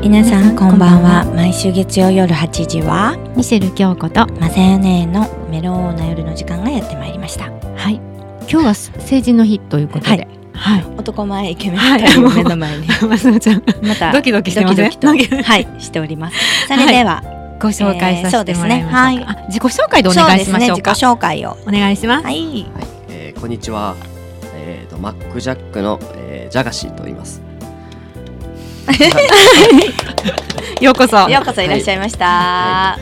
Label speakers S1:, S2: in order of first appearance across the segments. S1: 皆さんこんばんは毎週月曜夜8時は
S2: ミシェル京子と
S1: マサヨネのメローな夜の時間がやってまいりました
S2: はい今日は成人の日ということではい、
S1: 男前イケメン
S2: はい
S1: 二人を目の前に
S2: 松野ちゃん
S1: また
S2: ドキドキしてます
S1: ド
S2: ね
S1: キドキとはいしておりますそれでは、
S2: ご紹介させてもらいましょう
S1: えーそ
S2: か、
S1: うですね
S2: あ自己紹介でお願いし
S1: そうです
S2: ましょうか
S1: ね自己紹介を
S2: お願いします
S1: はい
S3: はい、えーこんにちは。えーとマックジャックの、えージャガシーと言います。
S2: ようこそ
S1: ようこそいらっしゃいました、
S3: は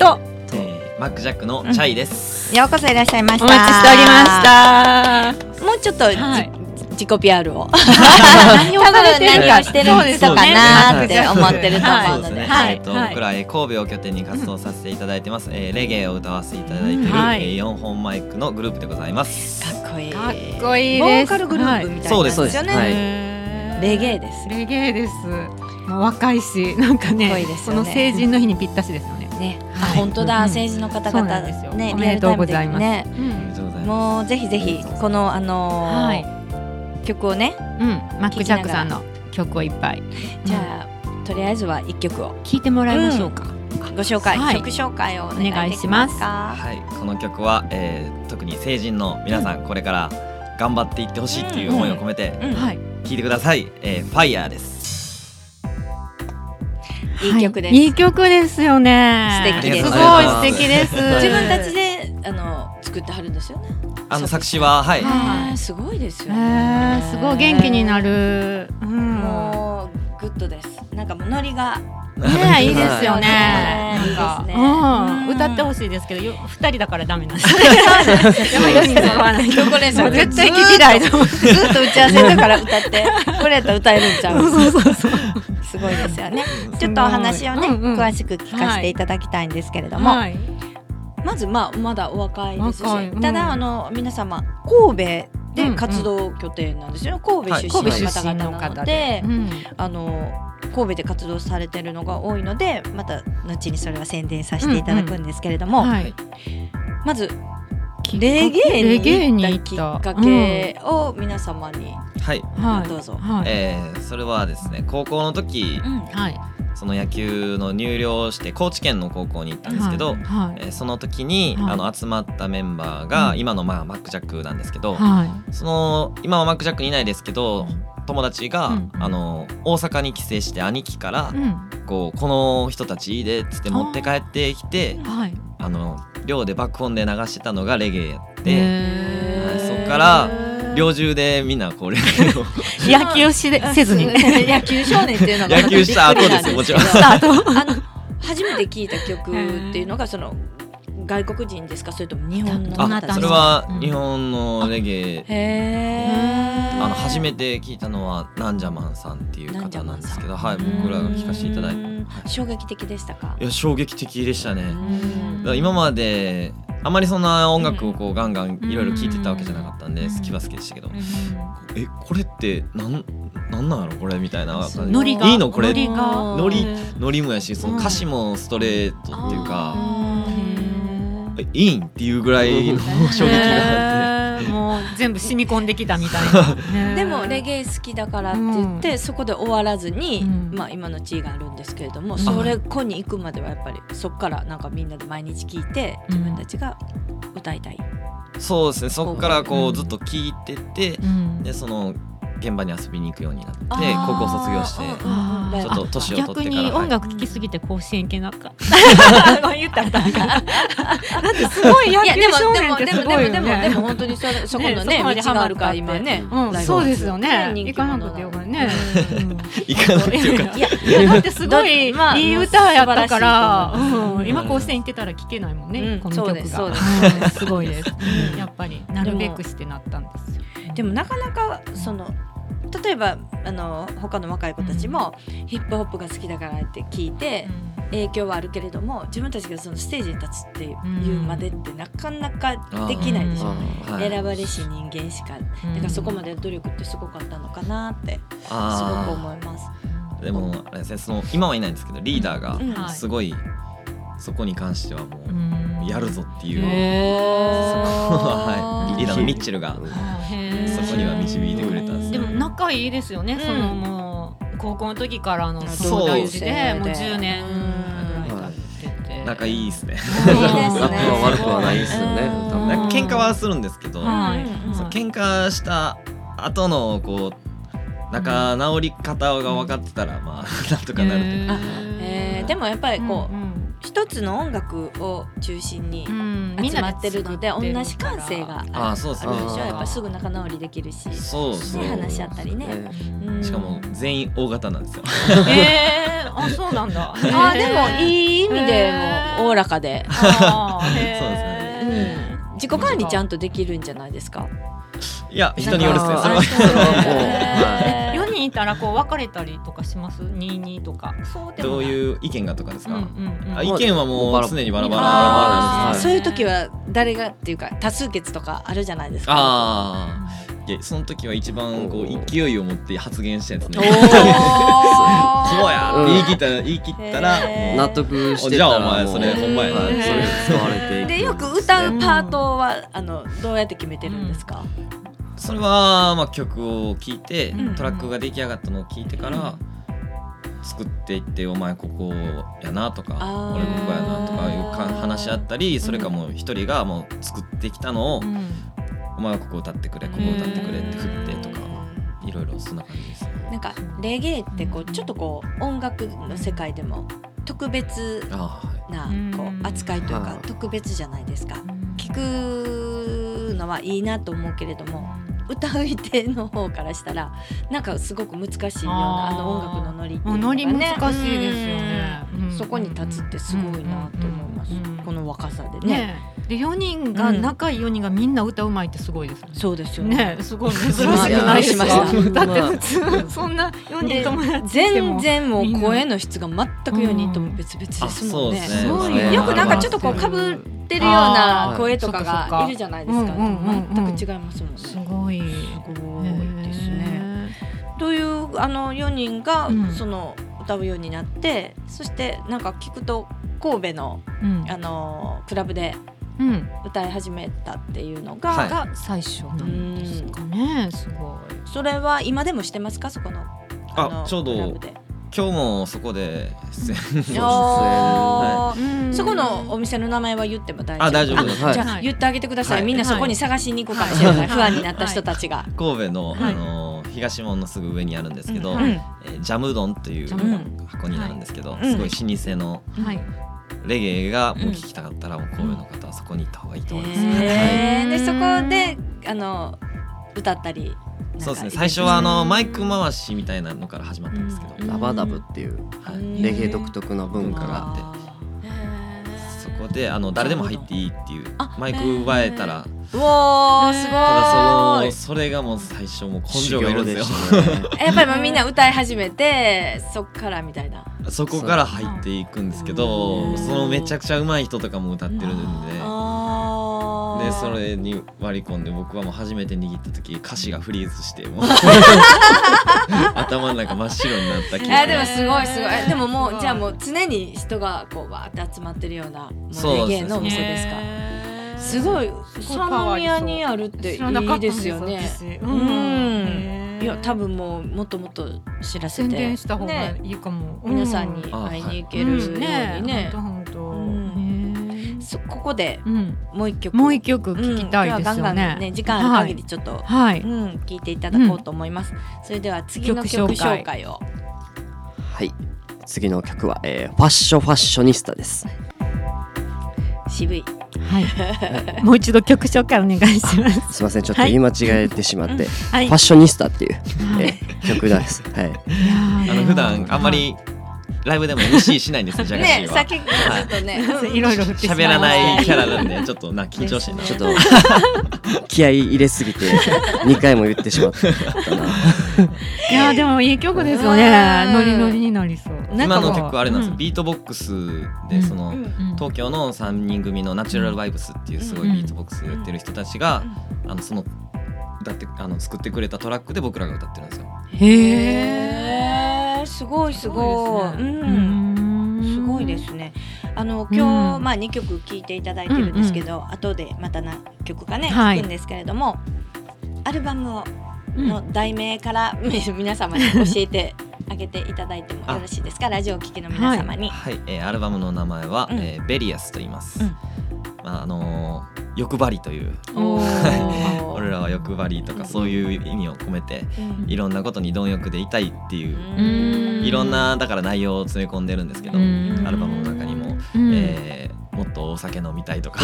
S2: と
S4: えーマックジャックのチャイです。
S1: ようこそいらっしゃいました
S2: お待ちしておりました
S1: たもうちょっと、じ
S2: はい
S1: 自己 PR を
S2: 何
S1: 多分何をしてる
S2: そうです
S1: 人
S2: よ
S1: か
S2: ね
S1: なって思ってると
S2: はい
S1: 思
S4: そううで
S1: の
S4: す
S1: で
S4: ね。
S2: はい
S4: えっと
S2: はい
S4: 僕らえー神戸を拠点に活動させていただいてます。えーレゲエを歌わせていただいて
S2: う
S4: る
S2: んはい
S4: えー四本マイクのグループでございます。
S1: かっこいい
S2: かっこいいです
S1: ボーカルグループみたい
S4: そ
S1: な
S4: うです
S1: んですよね、
S3: はい
S2: はい
S1: レゲエです
S2: レゲエですもう若いしなんかね
S1: かっこいいです
S2: こ
S1: よね
S2: の成人の日にぴったしですよね、
S1: ね、あ
S2: はい
S1: 本当だ、
S2: うん
S1: 政治の方
S2: そう
S1: 々
S2: なんですよ
S1: ね、
S2: おめでとうございます
S1: リアルタイムで
S2: うん
S4: ありがとうござい
S1: ね、
S4: ま
S1: もうぜひぜひこのあのー
S2: はい
S1: 曲をね、
S2: うん、マック・ジャックさんの曲をいっぱい
S1: じゃあ、とりあえずは一曲を
S2: 聞いてもらいましょうか、
S1: ご紹介、
S2: はい
S1: 曲紹介をお
S2: お
S1: 願
S2: 願
S1: い
S2: い
S1: でき
S2: し
S1: ま
S2: ますす
S1: か。
S4: す。はい、この曲は、えー特に成人の皆さん、これから頑張っていってほしいっていう思いを込めて
S1: うん
S2: はい
S4: 聞いてください。えーファイヤーです。
S1: いい曲です、
S2: はいいい曲ですよね
S1: 素敵です
S2: すごい素敵です
S1: 自分たちであの作ってはるんですよね。
S4: あの作詞ははい。
S2: はい
S1: ねえすごいです
S2: え
S1: よね。
S2: ー、すごい元気になる、うん、
S1: もうグッドです。なんかもうノリが
S2: ねいいですよね
S1: はい
S2: なんか
S1: いいですね
S2: うん
S1: うん
S2: 歌ってほしいですけどよ二人だからダメなんですね4人揃わないと
S1: これ
S2: もう絶対聞きたいと思って
S1: ずっと打ち合わせだから歌 って、これやったら歌えるんちゃう。
S2: そうそうそう
S1: すごいですよね。ちょっとお話をね、
S2: うんうん
S1: 詳しく聞かせていただきたいんですけれども、
S2: はい
S1: まずまあまだお若いですし、
S2: 若いうん
S1: ただあの皆様神戸で活動拠点なんですよね。神戸
S4: はい
S1: 出身の方
S2: 神戸出身の
S1: 々な
S2: 方
S1: の
S2: で
S1: で、
S2: うん
S1: あの神戸で活動されてるのが多いので、また後にそれは宣伝させていただくんですけれども、
S2: はい
S1: まず
S2: きっかけ
S1: レゲ
S2: レゲ
S1: エ
S2: エ
S1: に
S2: に
S1: 行
S2: 行
S1: っ
S2: った
S1: きっ
S2: た
S1: かけを皆様に、
S4: はい。
S2: はい
S1: どうぞ
S2: はい
S4: えーそれはですね高校の時
S1: うん
S2: はい
S4: その野球の入寮をして高知県の高校に行ったんですけど、
S2: はい
S4: えーその時に、
S2: はい
S4: あの集まったメンバーが、
S2: うん
S4: 今のまあマック・ジャックなんですけど、
S2: はい
S4: その今はマック・ジャックにいないですけど友達が、
S2: うん
S4: あの大阪に帰省して兄貴から、
S2: うん
S4: こうこの人たちいいでっつって持って帰ってきて
S2: はい
S4: あの寮で爆音で流してたのがレゲエやって、
S2: へ
S4: はいそ
S2: ー
S4: っから寮中でみんなこうレゲ エを
S2: 野球をしでせずに
S1: 野球少年っていう のが
S4: 野球した後ですよもちろん
S1: びっくりなんですけどあの初めて聞いた曲っていうのがその外国人ですかそれとも日本の
S2: どな
S1: 方
S2: た
S1: です
S2: の
S4: あそれ
S1: か
S4: は
S2: うん
S4: 日本のレゲエ
S1: へえ
S2: ー
S4: あの初めて聞いたのはナンジャマンさんっていう方なんですけど、はい、
S2: ンジャマンさん
S4: 僕らが聞かせていただいて、
S1: うん衝撃的でしたか
S4: いや衝撃的でしたね。だ
S1: うん
S4: から今まであまりそんな音楽をこうガンガンいろいろ聴いてたわけじゃなかったん
S2: う
S4: で
S2: ん
S4: 好きは好きでしたけ ど、
S2: うん
S4: えこれってなんなんなんやろこれみたいな
S1: そう
S2: ノリが
S4: いいのこれ
S2: ノリが
S4: ノリノリもやしその歌詞もストレートっていう
S1: う
S4: か、
S1: ん
S4: えいいんっていうぐらいの衝撃があって。
S2: へーもう全部染み込んできたみたいな
S1: でもレゲエ好きだからって言って、そこで終わらずに、
S2: うん
S1: まあ、今の地位があるんですけれども、
S2: ん
S1: それこに行くまではやっぱりそこからなんかみんなで毎日聞いて自分たちが歌いたい、
S4: そうですねそこからこ
S2: うん
S4: うずっと聴いてて
S2: う、ん
S4: でその現場に遊びに行くようになって
S1: あー
S4: 高校卒業して。
S1: うんうんうん
S4: ちょっと年を取
S2: 逆
S4: ってから
S2: に音楽聴きすぎて甲子園行けなかっ た。言ったことあるから。だってすごい野
S1: いや
S2: 球
S1: でも
S2: 少
S1: で
S2: 年
S1: も
S2: って
S1: でもで
S2: すごいよ
S1: もでもでも
S2: ね。
S1: 本当にそれそこのね
S2: ねそこまで
S1: 道があるから今ね
S4: ハマったって
S2: うんそうですよね。
S1: 人
S2: 行
S1: 気者な
S2: かな
S1: の
S2: くてよかったね。うん
S4: 行かなくてよかった
S1: いや
S2: いやだってすごいい
S1: まあ
S2: い歌やったから、
S1: 素晴らしいと思います
S2: うん今甲子園行ってたら聴けないもんね、
S1: うん
S2: この曲
S1: そう
S2: が
S1: ですそうで
S2: うんすごいですやっぱりなるべくしてなったんですよ
S1: でもなかなかその例えばあの他の若い子たちも、ヒップホップが好きだからって聞いて、影響はあるけれども自分たちがそのステージに立つっていうまでってなかなかできないでしょ、
S2: うん
S4: あーはい
S1: 選ばれし人間しか、
S2: うん
S1: だからそこまでの努力ってすごかったのかなってすご
S4: あ
S1: く
S4: ー
S1: 思います。
S4: でもあれですねその今はいないんですけどリーダー
S1: うん
S4: が
S2: はい
S4: すごいそこに関してはも
S2: うん
S4: うやるぞっていう、
S1: は
S4: はいリーダーのミッチェルが
S2: へー
S4: そこには導いてくれたん
S2: で
S4: ですね
S2: も仲いいですよね、
S1: ん
S2: そのもう高校の時からあの
S4: そう
S2: 友達でもう10
S1: う
S2: 年
S1: ん
S2: ぐらい経ってて
S4: 仲いいですね。
S1: いですね
S3: 仲は悪くはないですよね
S1: うん
S3: 多分
S2: うん
S3: ね
S4: なんか喧嘩はするんですけど、
S2: はい
S1: うん
S4: そう喧嘩した後のこう仲直り方が分かってたらまあ なんとかなるというか。
S1: えーで
S2: も
S1: もやっぱりこう、
S2: ん
S1: 一つの音楽を中心に
S2: ん
S1: 集まってるので、
S2: みんな
S1: 同
S2: で
S1: じ
S2: 作ってる
S1: 感
S2: から
S1: 性があ
S4: あそう
S1: る
S4: そう
S1: でしょ
S3: あー
S1: やっぱすぐ仲直りできるし、
S4: そうそう。
S1: ね話し合ったりねうん
S4: しかも全員大型なんですよ。
S2: えー、 あそうなんだ
S1: あーでも
S2: い
S1: いい意味でもおおらかで、
S2: そうです
S1: うん
S2: ね
S1: 自己管理ちゃんとできるんじゃないですか
S4: いや人によるっすね。それは
S3: あそう
S1: も
S3: だね
S1: う
S2: えー
S1: はい
S2: 四人いたらこう別れたりとかします？二二とか。そうでも
S4: どう
S2: う
S4: いう意見がとかです
S2: うん
S4: か。
S2: うんうん。
S4: あ意見はもう常にバラバラ。
S2: あー
S1: あー
S4: はい
S1: そういう時は誰がっていうか多数決とかあるじゃないですか
S4: ああ。いやその時は一番こう勢いを持って発言してです
S1: お
S4: ね。
S1: ー
S4: こうやって言い切ったら言い切ったら
S1: へー
S4: も
S3: 納得してた
S4: じゃあ
S3: ら
S4: お前
S3: もう
S4: それほんまやな
S3: はいそれ使われていく
S1: でよく歌うパートはあのどうやって決めてるんですか、
S4: うそれはまあ曲を聴いて
S2: うん
S4: トラックが出来上がったのを聴いてから作っていってお前ここやなとか
S1: あー
S4: 俺ここやなとかいうか話し合ったりそれかもう一人がもう作ってきたのを
S2: うん
S4: お前はここ歌ってくれここ歌ってくれって振ってとかいろいろそんな感じですね。
S1: なんかレゲエってこうちょっとこう音楽の世界でも特別
S4: あーはい
S1: なこ
S2: う
S1: う
S2: ん
S1: 扱いというか
S3: はい
S1: 特別じゃないですか聞くのはいいなと思うけれども歌う手の方からしたらなんかすごく難しいような
S2: あ
S1: あ
S2: ー
S1: の音楽のノリっていう
S2: もう
S1: のが
S2: ノ
S1: ね
S2: リ難しいですよね。
S1: うんそこに立つってすごいなと思います
S2: うんうんうん
S1: この若さでね
S2: ね。で四人が仲いい四人がみんな歌うまいってすごいですね。
S1: そうですよね
S2: ねすごい珍しくないですか
S1: びっくりしました
S2: だって普通そんな四人
S1: で
S2: 友達でも
S1: 全然もう声の質が全く4人とも別々ですもんね
S4: あそうですね
S1: すごい
S3: そうですね
S1: よくなんかちょっとこうかぶってるような
S3: あー
S1: 声とか
S2: そっかそっ
S1: が
S2: か
S1: いるじゃないですか
S2: うんうんうんうん
S1: 全く違いますもんね
S2: す
S1: す
S2: ごい。
S1: ごいですね。というあの4人が
S2: うん
S1: その歌うようになってそしてなんか聞くと神戸の
S2: うん
S1: あのクラブで
S2: うん
S1: 歌い始めたっていうの
S4: はい
S1: が
S2: が最初なんですかね。すごい。
S1: それは今でもしてますかそこの
S4: あ
S1: の
S4: ちょうど
S1: クラブで
S4: 今日もそこで出演
S3: です ね
S1: あー
S2: うん
S1: そこのお店の名前は言っても大丈夫
S4: あ大丈夫
S1: あ
S4: です
S3: はい
S1: じゃあ言ってあげてください、
S4: はい
S1: みんなそこに探しに行こうかもしれない、
S2: はい
S1: 不安になった人たちが、
S4: 神戸の、
S2: はい
S4: あの東門のすぐ上にあるんですけど、
S2: は
S1: うん
S2: い
S4: えージャム丼という
S2: ジャム
S4: 箱になるんですけど、
S1: い
S4: すごい老舗の
S2: はい。
S4: レゲエがもう聞きたかったらもう神戸の方はそこに行った方がいいと思います。
S1: へー
S2: はい
S1: でそこであの歌ったり
S4: そうですね最初はあのマイク回しみたいなのから始まったんですけど、
S1: うん
S3: ダバダブっていう
S4: はい、
S3: レゲエ独特の文化があって
S1: て
S4: そこであの誰でも入っていいっていう
S1: あ
S4: マイク奪えた
S1: うわ
S4: ら
S1: ーすご
S4: ただそ
S1: ー
S4: の
S1: い
S4: それがもう最初もう根
S3: 修
S4: 性がいる
S3: 行
S4: んで
S3: です
S4: よ。
S3: したね
S1: やっぱりもうみんな歌い始めてそっからみたいな
S4: そこから入っていくんですけ
S1: う
S4: ど
S1: ん
S4: そのめちゃくちゃ上手い人とかも歌ってるんで。
S1: あー
S4: でそれに割り込んで僕はもう初めて握った時歌詞がフリーズして もう頭の中真っ白になった記憶
S1: え
S4: が
S1: ー、でもすごいすごい
S2: へー
S1: えでもも
S2: すご
S1: う
S2: い
S1: じゃあもう常に人がこうわーって集まってるようなも
S4: そう
S1: うレゲ
S4: ですね
S1: エのお店ですか
S2: か
S1: すごい
S2: すごいパワーあ
S1: 三
S2: りそ
S1: 宮
S2: う
S1: にあるっていいですよねうんいや多分もうもっともっと知らせ
S2: 宣
S1: て
S2: 伝した方が
S1: ね
S2: いいかも。
S1: 皆さんに会いに行けるようにね,、
S2: 本当
S1: んそここで
S2: うん。
S1: もう一曲
S2: もう一曲聞きたいです
S1: うん今日はガ
S2: よ
S1: ンガンね
S2: ね。
S1: 時間ある限りちょっと、
S2: はい。
S1: うん、聞いていただこうと思います、それでは次の曲
S2: 曲紹介
S1: 紹介を
S3: はい次の曲は、えーファッショファッショニスタです
S1: 渋い
S2: はい。もう一度曲紹介お願いします。
S3: すいませんちょっと言い間違えてしまって、
S2: はい
S3: ファッショニスタっていう、
S2: はい
S3: えー曲なんですはい
S4: あの普段あんまりライブでも MC しないんですよジャガシ
S1: ね
S4: ーは、
S1: 先ずっとね、うん
S2: いろいろ
S4: 喋らないキャラなんでちょっとな緊張してな
S3: ちょっと気合い入れ すぎて2回も言ってしまった
S2: いやでもいい曲ですよね。ノリノリになりそう。
S4: 今の曲あれなんですよ、
S2: うん
S4: ビートボックスでその、
S1: うん
S4: 東京の3人組のナチュラルバイブスっていうすごいビートボックスやってる人たちが、あのその歌ってあの作ってくれたトラックで僕らが歌ってるんですよ。
S2: へえ。
S1: へーすごいすごい。うんすごいで。すね。あの
S2: うん
S1: 今日、まあ二曲聴いていただいてるんですけど、後でまた何曲かね、
S2: はい
S1: 聞くんですけれども、アルバムを
S2: うん
S1: の題名から、み皆様に教えてあげていただいてもよろしいですかラジオを聴きの皆様に。
S4: はい、えーアルバムの名前は、
S1: うん
S4: えーベリアスと言います。
S1: うん
S4: まああのー欲張りという
S1: おー
S4: 俺らは欲張りと
S1: うん
S4: かそういう意味を込めて
S1: うん
S4: いろんなことに貪欲でいたいっていう
S2: うん
S4: いろんなだから内容を詰め込んでるんですけど、
S2: うん
S4: アルバムの中にも、
S2: うん
S4: えーもっとお酒飲みたいとか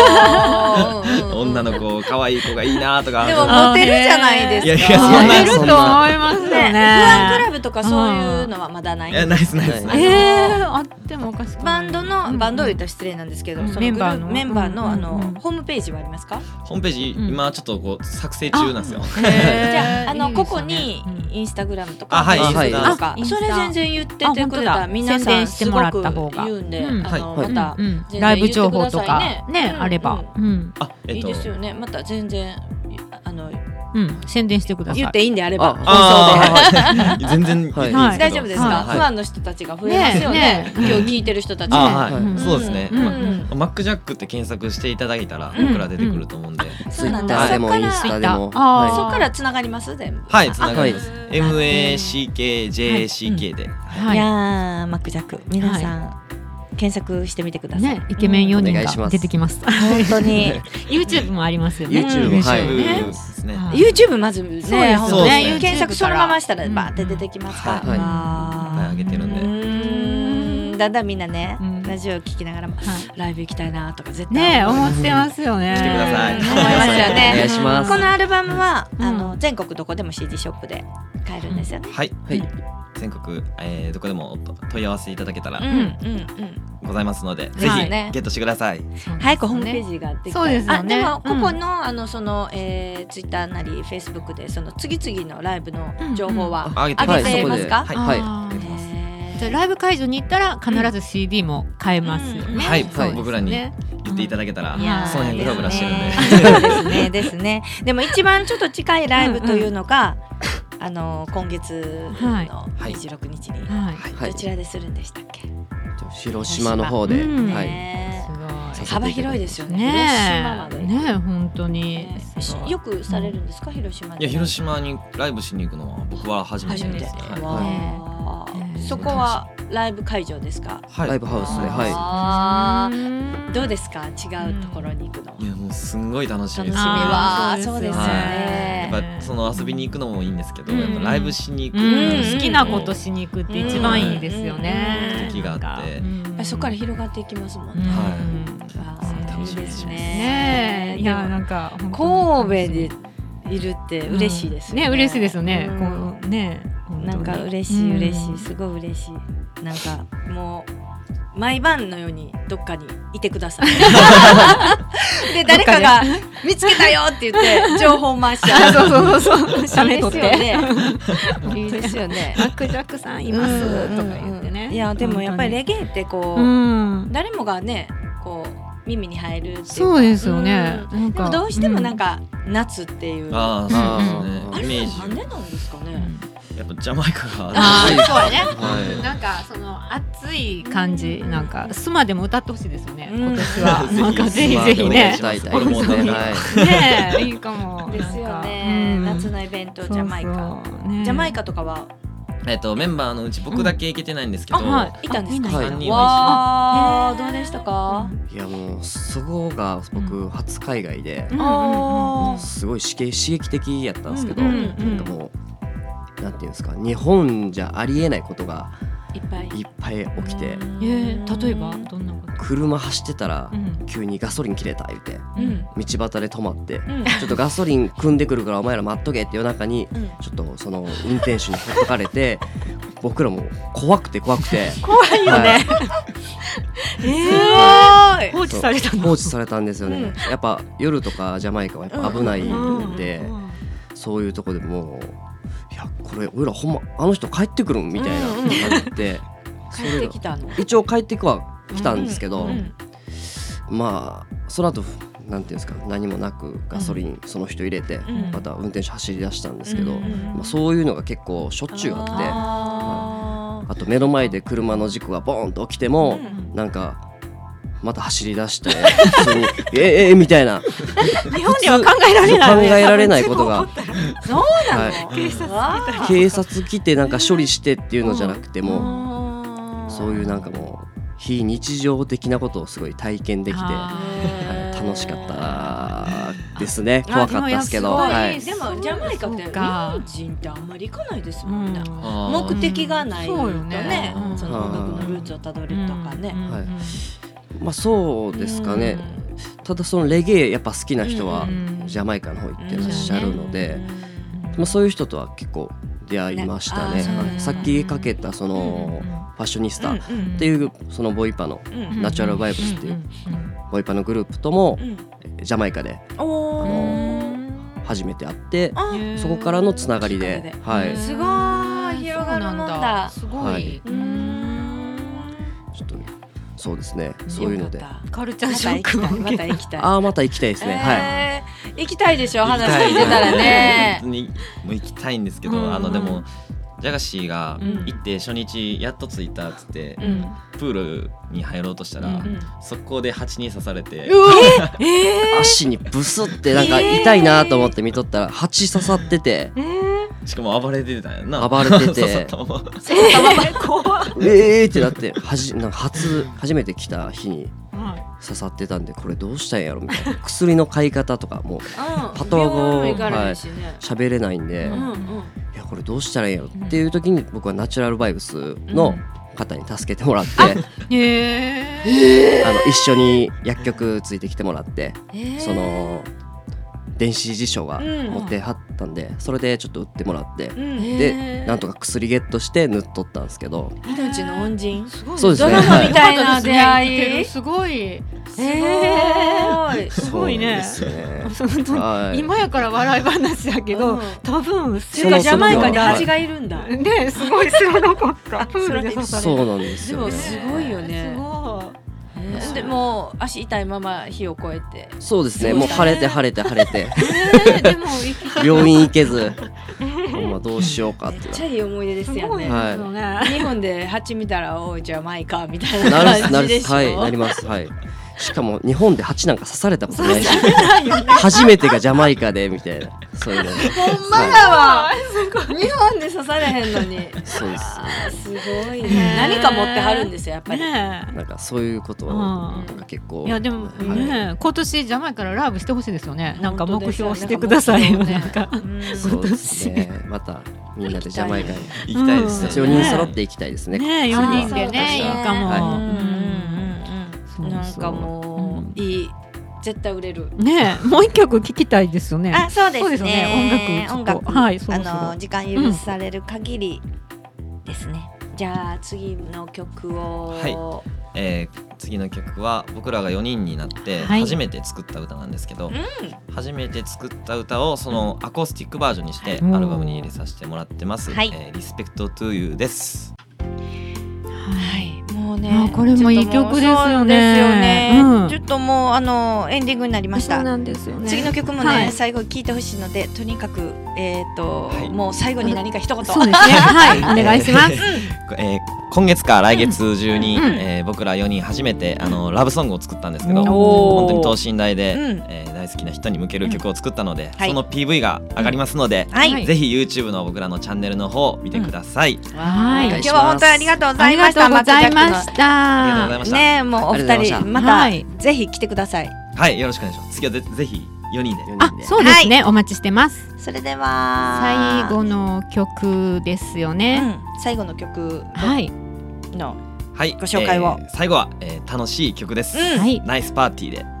S1: あー
S4: 女の子可愛い子がいいなとか
S1: でも
S4: あ
S1: モテるじゃないですか。
S4: いやいやそん
S2: あ
S4: な
S2: ーいると思いますよ
S1: ね不
S2: ね。
S1: 安クラブとかそういうのはまだないい。
S4: やナイスナイスナイス
S3: え
S2: えー、あってもおかしくな
S1: バ
S2: い。
S1: ンドのバンドを言ったら失礼なんですけど、
S2: うん
S1: その
S2: メンバー
S1: グ
S2: の
S1: ルメンバー
S2: うん
S1: のあの、
S2: うん
S1: ホームページはありますか？
S4: ホームページ、
S2: うん
S4: 今ちょっとこう作成中なんですよ。
S2: へー。
S1: じゃああの
S2: いいで
S1: 個
S2: すよ
S1: 々
S2: ね
S1: にインスタグラムと
S4: あ
S1: か、
S4: はい
S1: フェイスブックとか
S2: インスタ
S1: それ全然言って
S2: あ
S1: てくれた
S2: 本当だ
S1: ら皆さ
S2: 宣
S1: ん
S2: 伝して
S1: す
S2: もら
S1: ご
S2: っ
S1: く
S2: た方が
S1: 言うんで、
S2: うん
S1: あの
S4: はい
S1: また、
S2: うんうん
S1: 全然
S2: ライブ情報とか
S1: 言ってくださいね
S2: ね
S1: うん
S2: あれば、うん
S4: あえ
S1: い
S4: っ
S1: い
S4: と
S1: ですよね。また全然あの
S2: うん、宣伝してください。
S1: 言っていいんであれば放
S3: あ
S1: 送で。
S4: あー 全然言っていいんですけど
S2: はい
S1: 大丈夫ですか、
S4: はい
S1: ファンの人たちが増えますよね
S2: ねえねえ
S1: 今日聞いてる人たち
S4: あ
S1: が、
S4: はい、
S2: うん
S4: そうですね、
S2: うん
S4: ま
S1: うん
S4: あマックジャックって検索していただいたら
S1: うん
S4: 僕ら出てくると思うんで、
S1: そうなん
S3: タ
S1: だ
S3: ーでも
S1: そっ
S3: イ
S1: から
S3: ンスタでも。
S2: ツイッターあー
S1: そ
S3: は
S1: こからつながります全部
S4: はいつながります、
S1: あ
S4: MACKJCK で、
S1: い
S2: は い。
S1: やーマックジャック皆さん、検索してみてください、
S2: ね、イケメン4人
S3: お願いしま
S2: が
S3: す
S2: 出てきます。
S1: 本当に
S2: YouTube もありますよね。
S1: YouTube
S3: もはい
S4: YouTube ですね、
S2: はい
S1: YouTube まずね
S2: そうです
S1: 本当
S4: そう
S1: に
S4: ですね
S1: 検索
S2: YouTube
S1: そのまましたら
S2: から
S1: バーって出てきますから、
S4: うん
S3: はい
S1: あ
S4: いっぱい上げてるんで
S1: ーうーんだんだんみんなね、
S2: うん
S1: ラジオ聞きながらも
S2: はい
S1: ライブ行きたいなとか絶対
S2: ね思ってますよね。
S4: 来てください
S2: うん
S1: 思いますよね
S3: お願いします
S1: このアルバムは、
S2: うん
S1: あの全国どこでも CD ショップで買えるんですよね。
S4: はい、
S3: い。はい。
S4: 全国、えーどこでも問い合わせいただけたら
S1: うんうんうん。
S4: ございますので、
S1: ぜ
S4: ぜ
S1: ひ
S4: ひ
S1: ね
S4: ゲットしてください。
S1: 早くホームページができた
S2: そうですよね
S1: あでも
S2: うん
S1: ここの、あのその、えー、ツイッターなりフェイスブックでその次々のライブの情報は
S4: うんうん
S1: 上げて
S3: あ
S1: ま
S3: 上げ
S1: す
S3: て
S1: か？
S4: はい
S3: はい
S2: あー
S1: へー
S2: じゃあライブ会場に行ったら必ず CD も買えますよ
S1: うん
S2: ね。
S4: はい、
S2: そうですね
S4: 僕らに言っていただけたら、
S2: いやー
S4: その辺ブラブラしてるんで。
S1: ですね。ですね。でも一番ちょっと近いライブというのが、あの今月
S2: はい
S1: の
S4: はい
S1: 26日に、
S2: はい。
S3: はい
S1: どちらでするんでしたっけ？
S3: 広島の方で。
S2: うん
S3: はい。
S1: ね
S2: すご
S1: 幅広いですよ
S2: い。
S1: ね。広島
S2: ね
S1: ま
S2: え、
S1: で。
S2: ねえ本当に
S1: ね。
S2: すごい
S1: よくされるんですか、広島
S4: い
S1: で。
S4: や広島にライブしに行くのは僕は初めて
S1: 初め
S4: で
S1: て。
S4: す。は
S1: わあ
S2: ね
S1: そこはライブ会場ですか。
S4: い、は
S3: ラ
S4: い
S3: イブハウスで。は
S1: あー
S2: うん
S1: どうですか、違うところに行くのは。
S4: いやもうすんごい楽し
S1: 楽し
S4: みで
S1: み
S4: す。
S1: は
S2: あー
S1: そうですよ
S4: や
S1: ね
S4: っ。ぱその遊びに行くのもいいんですけど、
S2: うん
S4: やっぱライブしに行
S2: う
S4: く
S2: ん、好
S1: 好
S2: きなことしに行くって一番いいですよね。
S4: うん時があって
S2: なんか
S1: やっぱりそこから広がっていきますもんね。
S4: は
S2: はい
S1: わあ
S4: 楽
S1: いい
S4: しみ
S1: で
S4: に
S1: す
S4: します
S1: ね
S2: ね。え、いや、
S1: でも
S2: なんか本当に
S1: 神戸でいるって嬉しいですよ
S2: ね。嬉しいですよね。
S1: うん
S2: こうね、本当に
S1: なんか嬉しい嬉し
S2: う
S1: い
S2: ん
S1: すごい嬉しいなんかもう毎晩のようにどっかにいてください で誰かが見つけたよって言って情報回しちゃ
S2: あ
S1: う
S2: そうそうそうそう、写メ撮って。
S1: いいですよね
S2: マックジャックさんいますとか
S1: う
S2: 言って
S1: んうんう
S2: ね。
S1: んいやでもやっぱりレゲエってこう、
S2: うん、
S1: 誰もがねこう耳に入るっていうか
S2: そうですよね。なん
S1: で
S2: か
S1: もどうしてもなんか夏っていう、あ
S4: ああそうですね
S3: うん
S1: れ。
S4: イメージ
S1: なんでなんですかね、
S4: やっぱジャマイカが
S2: あーそうやね。
S4: はい
S2: なんかその熱い感じなんかスマでも歌ってほしいですよね。
S1: うん
S2: 今年 はなんかぜひ
S3: まあ
S2: ぜひね
S3: お。願いしたい
S4: ホルモンだね
S3: はい。
S2: ねえいいかも。
S1: ですよ
S2: な
S1: ね、
S2: んか
S1: 夏のイベントジャマイカ。
S2: そうそうね
S1: ジャマイカとかは
S4: えっとメンバーのうち僕だけ行けてないんですけど、
S2: うんあはい
S1: いたんですか。
S3: はい
S4: 三人は
S1: わあ、
S2: ね
S1: どうでしたか。
S3: いやもうそこが僕初海外で
S2: うん
S1: あー
S3: すごい刺激刺激的やったんですけど、
S2: うん
S3: な
S1: うんん
S3: かもうなんていうんですか日本じゃありえないことが
S1: いっぱい。
S3: いっぱい起きて
S1: うん
S2: えー例えばどんなこと？
S3: 車走ってたら
S2: うん
S3: 急にガソリン切れた言うて
S1: うん。うん。
S3: 道端で止まって
S1: うん。
S3: ちょっとガソリン汲んでくるからお前ら待っとけって夜中に
S1: うん
S3: ちょっとその運転手にほっとかれて僕らも怖くて怖くて
S2: 怖 いよね。
S1: す
S2: 放置された
S3: 放
S2: の。
S3: 置されたんですよね、やっぱ夜とかジャマイカはやっぱ危ない
S2: うんん
S3: で、
S2: うん
S3: そういうとこでもういやこれ俺らほんまあの人帰ってくるんみたいな
S1: うんうん
S3: なって、そ
S1: ごい。帰っ
S3: れ
S1: て
S3: が
S1: きたの。
S3: 一応帰ってくは来たんですけど、
S1: うんうん
S3: まあその後なんていうんですか何もなくガソリンその人入れて、
S1: うん
S3: また運転手走り出したんですけど、
S2: うん
S3: まあ、そういうのが結構しょっちゅうあってあ
S1: あ
S3: と目の前で車の事故がボーンと起きても、
S1: ー
S3: なんかまた走り出して普通に「えええみたいな
S2: 日本では考えられない、
S3: 考えられないことが
S1: そうなの、
S3: は
S2: 警察
S1: わあ
S3: 警察来てなんか処理してっていうのじゃなくても
S1: も
S3: そういうなんかもう非日常的なことをすごい体験できて、は
S2: あ
S3: い、楽しかったですね
S2: あ
S3: 怖かったですけど
S2: でもやすごい
S3: は
S1: はいい、でもジャマイカって
S2: そう
S1: 日
S2: か
S1: 本人ってあんまり行かないです
S2: う
S1: もんね、
S2: ん
S4: あー
S1: 目的がないと
S2: そうよね
S1: ね、
S2: うん
S1: その音楽のルーツをたどるとかね、
S3: はいまあそうですかね、ただそのレゲエやっぱ好きな人
S2: う
S3: は
S2: ん
S3: ジャマイカの方行ってらっしゃるので、
S2: うん
S3: まあ、そういう人とは結構出会いました
S1: ねあ
S3: ね
S1: ーそうなんだ
S3: さっきかけたその
S2: うんうんうん
S3: ファッショニスタ
S1: う
S3: っ
S1: んうん
S3: ていうそのボイパの
S1: うん
S3: ナチュラルバイブスっていうんボイパのグループとも
S1: うん
S3: ジャマイカで
S1: お
S3: あ
S1: ー
S3: の初めて会って
S1: あ
S2: へー
S3: そこからのつなが
S1: き
S3: り
S1: っ
S3: で
S1: かけ、で
S3: はい、
S1: すごい広がるもんだ
S2: そうなんだすごい、
S3: はい
S2: うん
S3: ちょっとそうですねそういうので
S1: よかった
S2: カルチャー
S1: ま
S2: シ
S1: た
S2: ョ
S1: 行
S2: ック
S1: きたいまた
S2: も
S1: 行きたい
S3: ああまた行きたいですね、はい
S1: えー行きたいでしょ話
S4: 行き
S1: 聞いてたらね
S4: 本当にもう行きたいんですけど、
S2: うん
S4: あのでもジャガシーが
S1: うん
S4: 行って初日やっと着いたっつって、
S1: うん
S4: プールに入ろうとした ら、
S2: うん
S4: 速攻で蜂に刺されて、
S1: え
S3: 足にブスってなんか痛いなと思って見とったら蜂刺さって て
S2: えー、
S4: しかも暴れてたんやな
S3: 暴れ てて
S4: 刺さったまま
S2: そうだ怖い、
S3: ええーってなってはじなんか初初めて来た日に
S2: は
S3: 刺さってたんでこれどうしたんやろみたいな薬の買い方とかもう
S1: ー、うん
S3: パトワゴ
S1: 病院も行かれへんしね
S3: 喋れないんで、
S1: うんうん
S3: いやこれどうしたらいいんやろっていう時に僕はナチュラルバイブスの方に助けてもらって、
S2: い、え
S3: あの一緒に薬局ついてきてもらって、
S1: えー
S3: その電子辞書
S1: う
S3: が
S1: ん
S3: 持ってはったんで、それでちょっと売ってもらって、
S1: うん
S3: でなんとか薬ゲットして塗っとったんですけど
S1: 命の恩人
S2: すごいね
S3: そうですね
S2: ドラマみたい
S1: は
S2: ない出会い、
S1: はい
S2: すごいすごい、
S1: え
S2: すごいね
S3: そうなんですよね
S2: 本当 に、
S3: は い
S2: 今やから笑い話だけど、
S1: うん
S2: 多分
S1: そ
S3: そ
S1: れ
S3: の
S1: かジャマイカ
S3: 時
S1: に
S3: は
S1: 蜂がいるんだ
S2: ねすごい知らなかったプールで刺され
S3: そう
S2: る
S3: なんですよ、ね、
S1: でもすごいよねえ
S2: すごい
S3: そう
S1: ーでもう足痛いまま火を越えて
S3: そうですね
S1: そうだね
S3: もう晴れて晴れて晴れて
S2: えー、でも生き
S3: 病院行け ずほんまどうしようかっ
S1: めって
S3: な
S1: ちゃいい思い出です
S2: す
S1: よ
S2: ごい
S1: ね
S2: で
S3: は
S2: すよね、
S1: 日本で蜂見たらおいジャマイカみたい
S3: な
S1: な
S3: るな
S1: 感じで
S3: る
S1: しょ
S3: はいなりますはいしかも日本で蜂なんか刺されたことないし
S2: ないよね
S3: 初めてがジャマイカでみたいなそういうの
S1: ほんまだわ日本で刺されへんのに
S3: そうです
S1: あーすごい
S2: ね
S1: ね何か持ってはるんですよやっぱり
S2: ね
S3: なんかそういうこと
S2: う
S3: は
S2: ん
S3: なんか結構
S2: いやでも
S3: はい
S2: ね、今年ジャマイカからライブしてほしいですよね。なんか目
S1: 本当ですよ
S2: 標してくださいよ。
S1: ね
S2: なんか
S1: うん
S3: そうですねまたみんなでジャマイカに
S4: 行きたいですね、
S2: ん
S3: 4人揃って行きたいですね
S2: ね四人でねいい
S1: そうそう
S2: かも。
S3: はい
S1: うんうん
S2: そううん
S1: なんか
S2: う
S1: も
S2: ん
S1: ういい絶対売れる
S2: ねもう一曲聞きたいですよね。
S5: あ、そうで
S2: そうですす
S5: ね
S2: ね。音楽ちょっとはいそろ
S5: あ
S2: そろ
S5: の時間許される限りですね。
S1: じゃあ次の曲を
S4: はえー次の曲は僕らが4人になって
S2: はい
S4: 初めて作った歌なんですけど、
S1: う
S4: 初めて作った歌をそのアコースティックバージョンにして
S2: うん
S4: アルバムに入れさせてもらってます「
S5: はい
S4: えー、リスペクトトゥユーです。
S5: はい、もうね
S2: あこれもいい曲ですよね
S5: ちょっともうそうですよね
S2: うん
S5: ちょっともうあのエンディングになりました。
S2: んですよ
S5: 次の曲もね、
S2: はい
S5: 最後聞いてほしいので、とにかくえっ、と、
S4: はい
S5: もう最後に何か一言。
S2: そうですね。 はいお願い します。
S4: えー今月か来月中に、
S2: うん
S4: えー僕ら4人初めてあのラブソングを作ったんですけど
S2: お
S1: ー
S4: 本当に等身大で、
S5: うん
S4: えー大好きな人に向ける曲を作ったので、
S5: はい
S4: その PV が上がりますので、
S5: はい、
S4: ぜひ YouTube の僕らのチャンネルの方を見てください。
S2: はい
S3: お
S5: 今
S3: 願い
S5: 日
S3: します
S5: は本当にありがとうござ
S2: あ
S5: い
S2: り
S5: ま
S2: が
S5: し
S2: と
S5: た。
S2: うございま
S5: 松崎
S2: し
S4: ありがとうご
S2: た。
S4: ざいま
S5: 君
S4: した。
S5: のね、もうお
S3: ありがとう
S5: 二
S3: ござい
S5: 人
S3: ました
S5: また、
S2: はい
S5: ぜひ来てください。
S4: はい、よろしくお願いします。次はぜぜひ4人で。
S2: あ
S3: 4人で
S2: そうですね。お待ちしてます。
S5: それでは
S2: 最後の曲ですよ
S5: う
S2: ね。
S5: ん、最後の曲
S2: はい
S5: の
S4: はい、
S5: ご紹介を
S4: えー最後は、えー楽しい曲です。
S5: うん
S2: はい
S4: ナイスパーティーで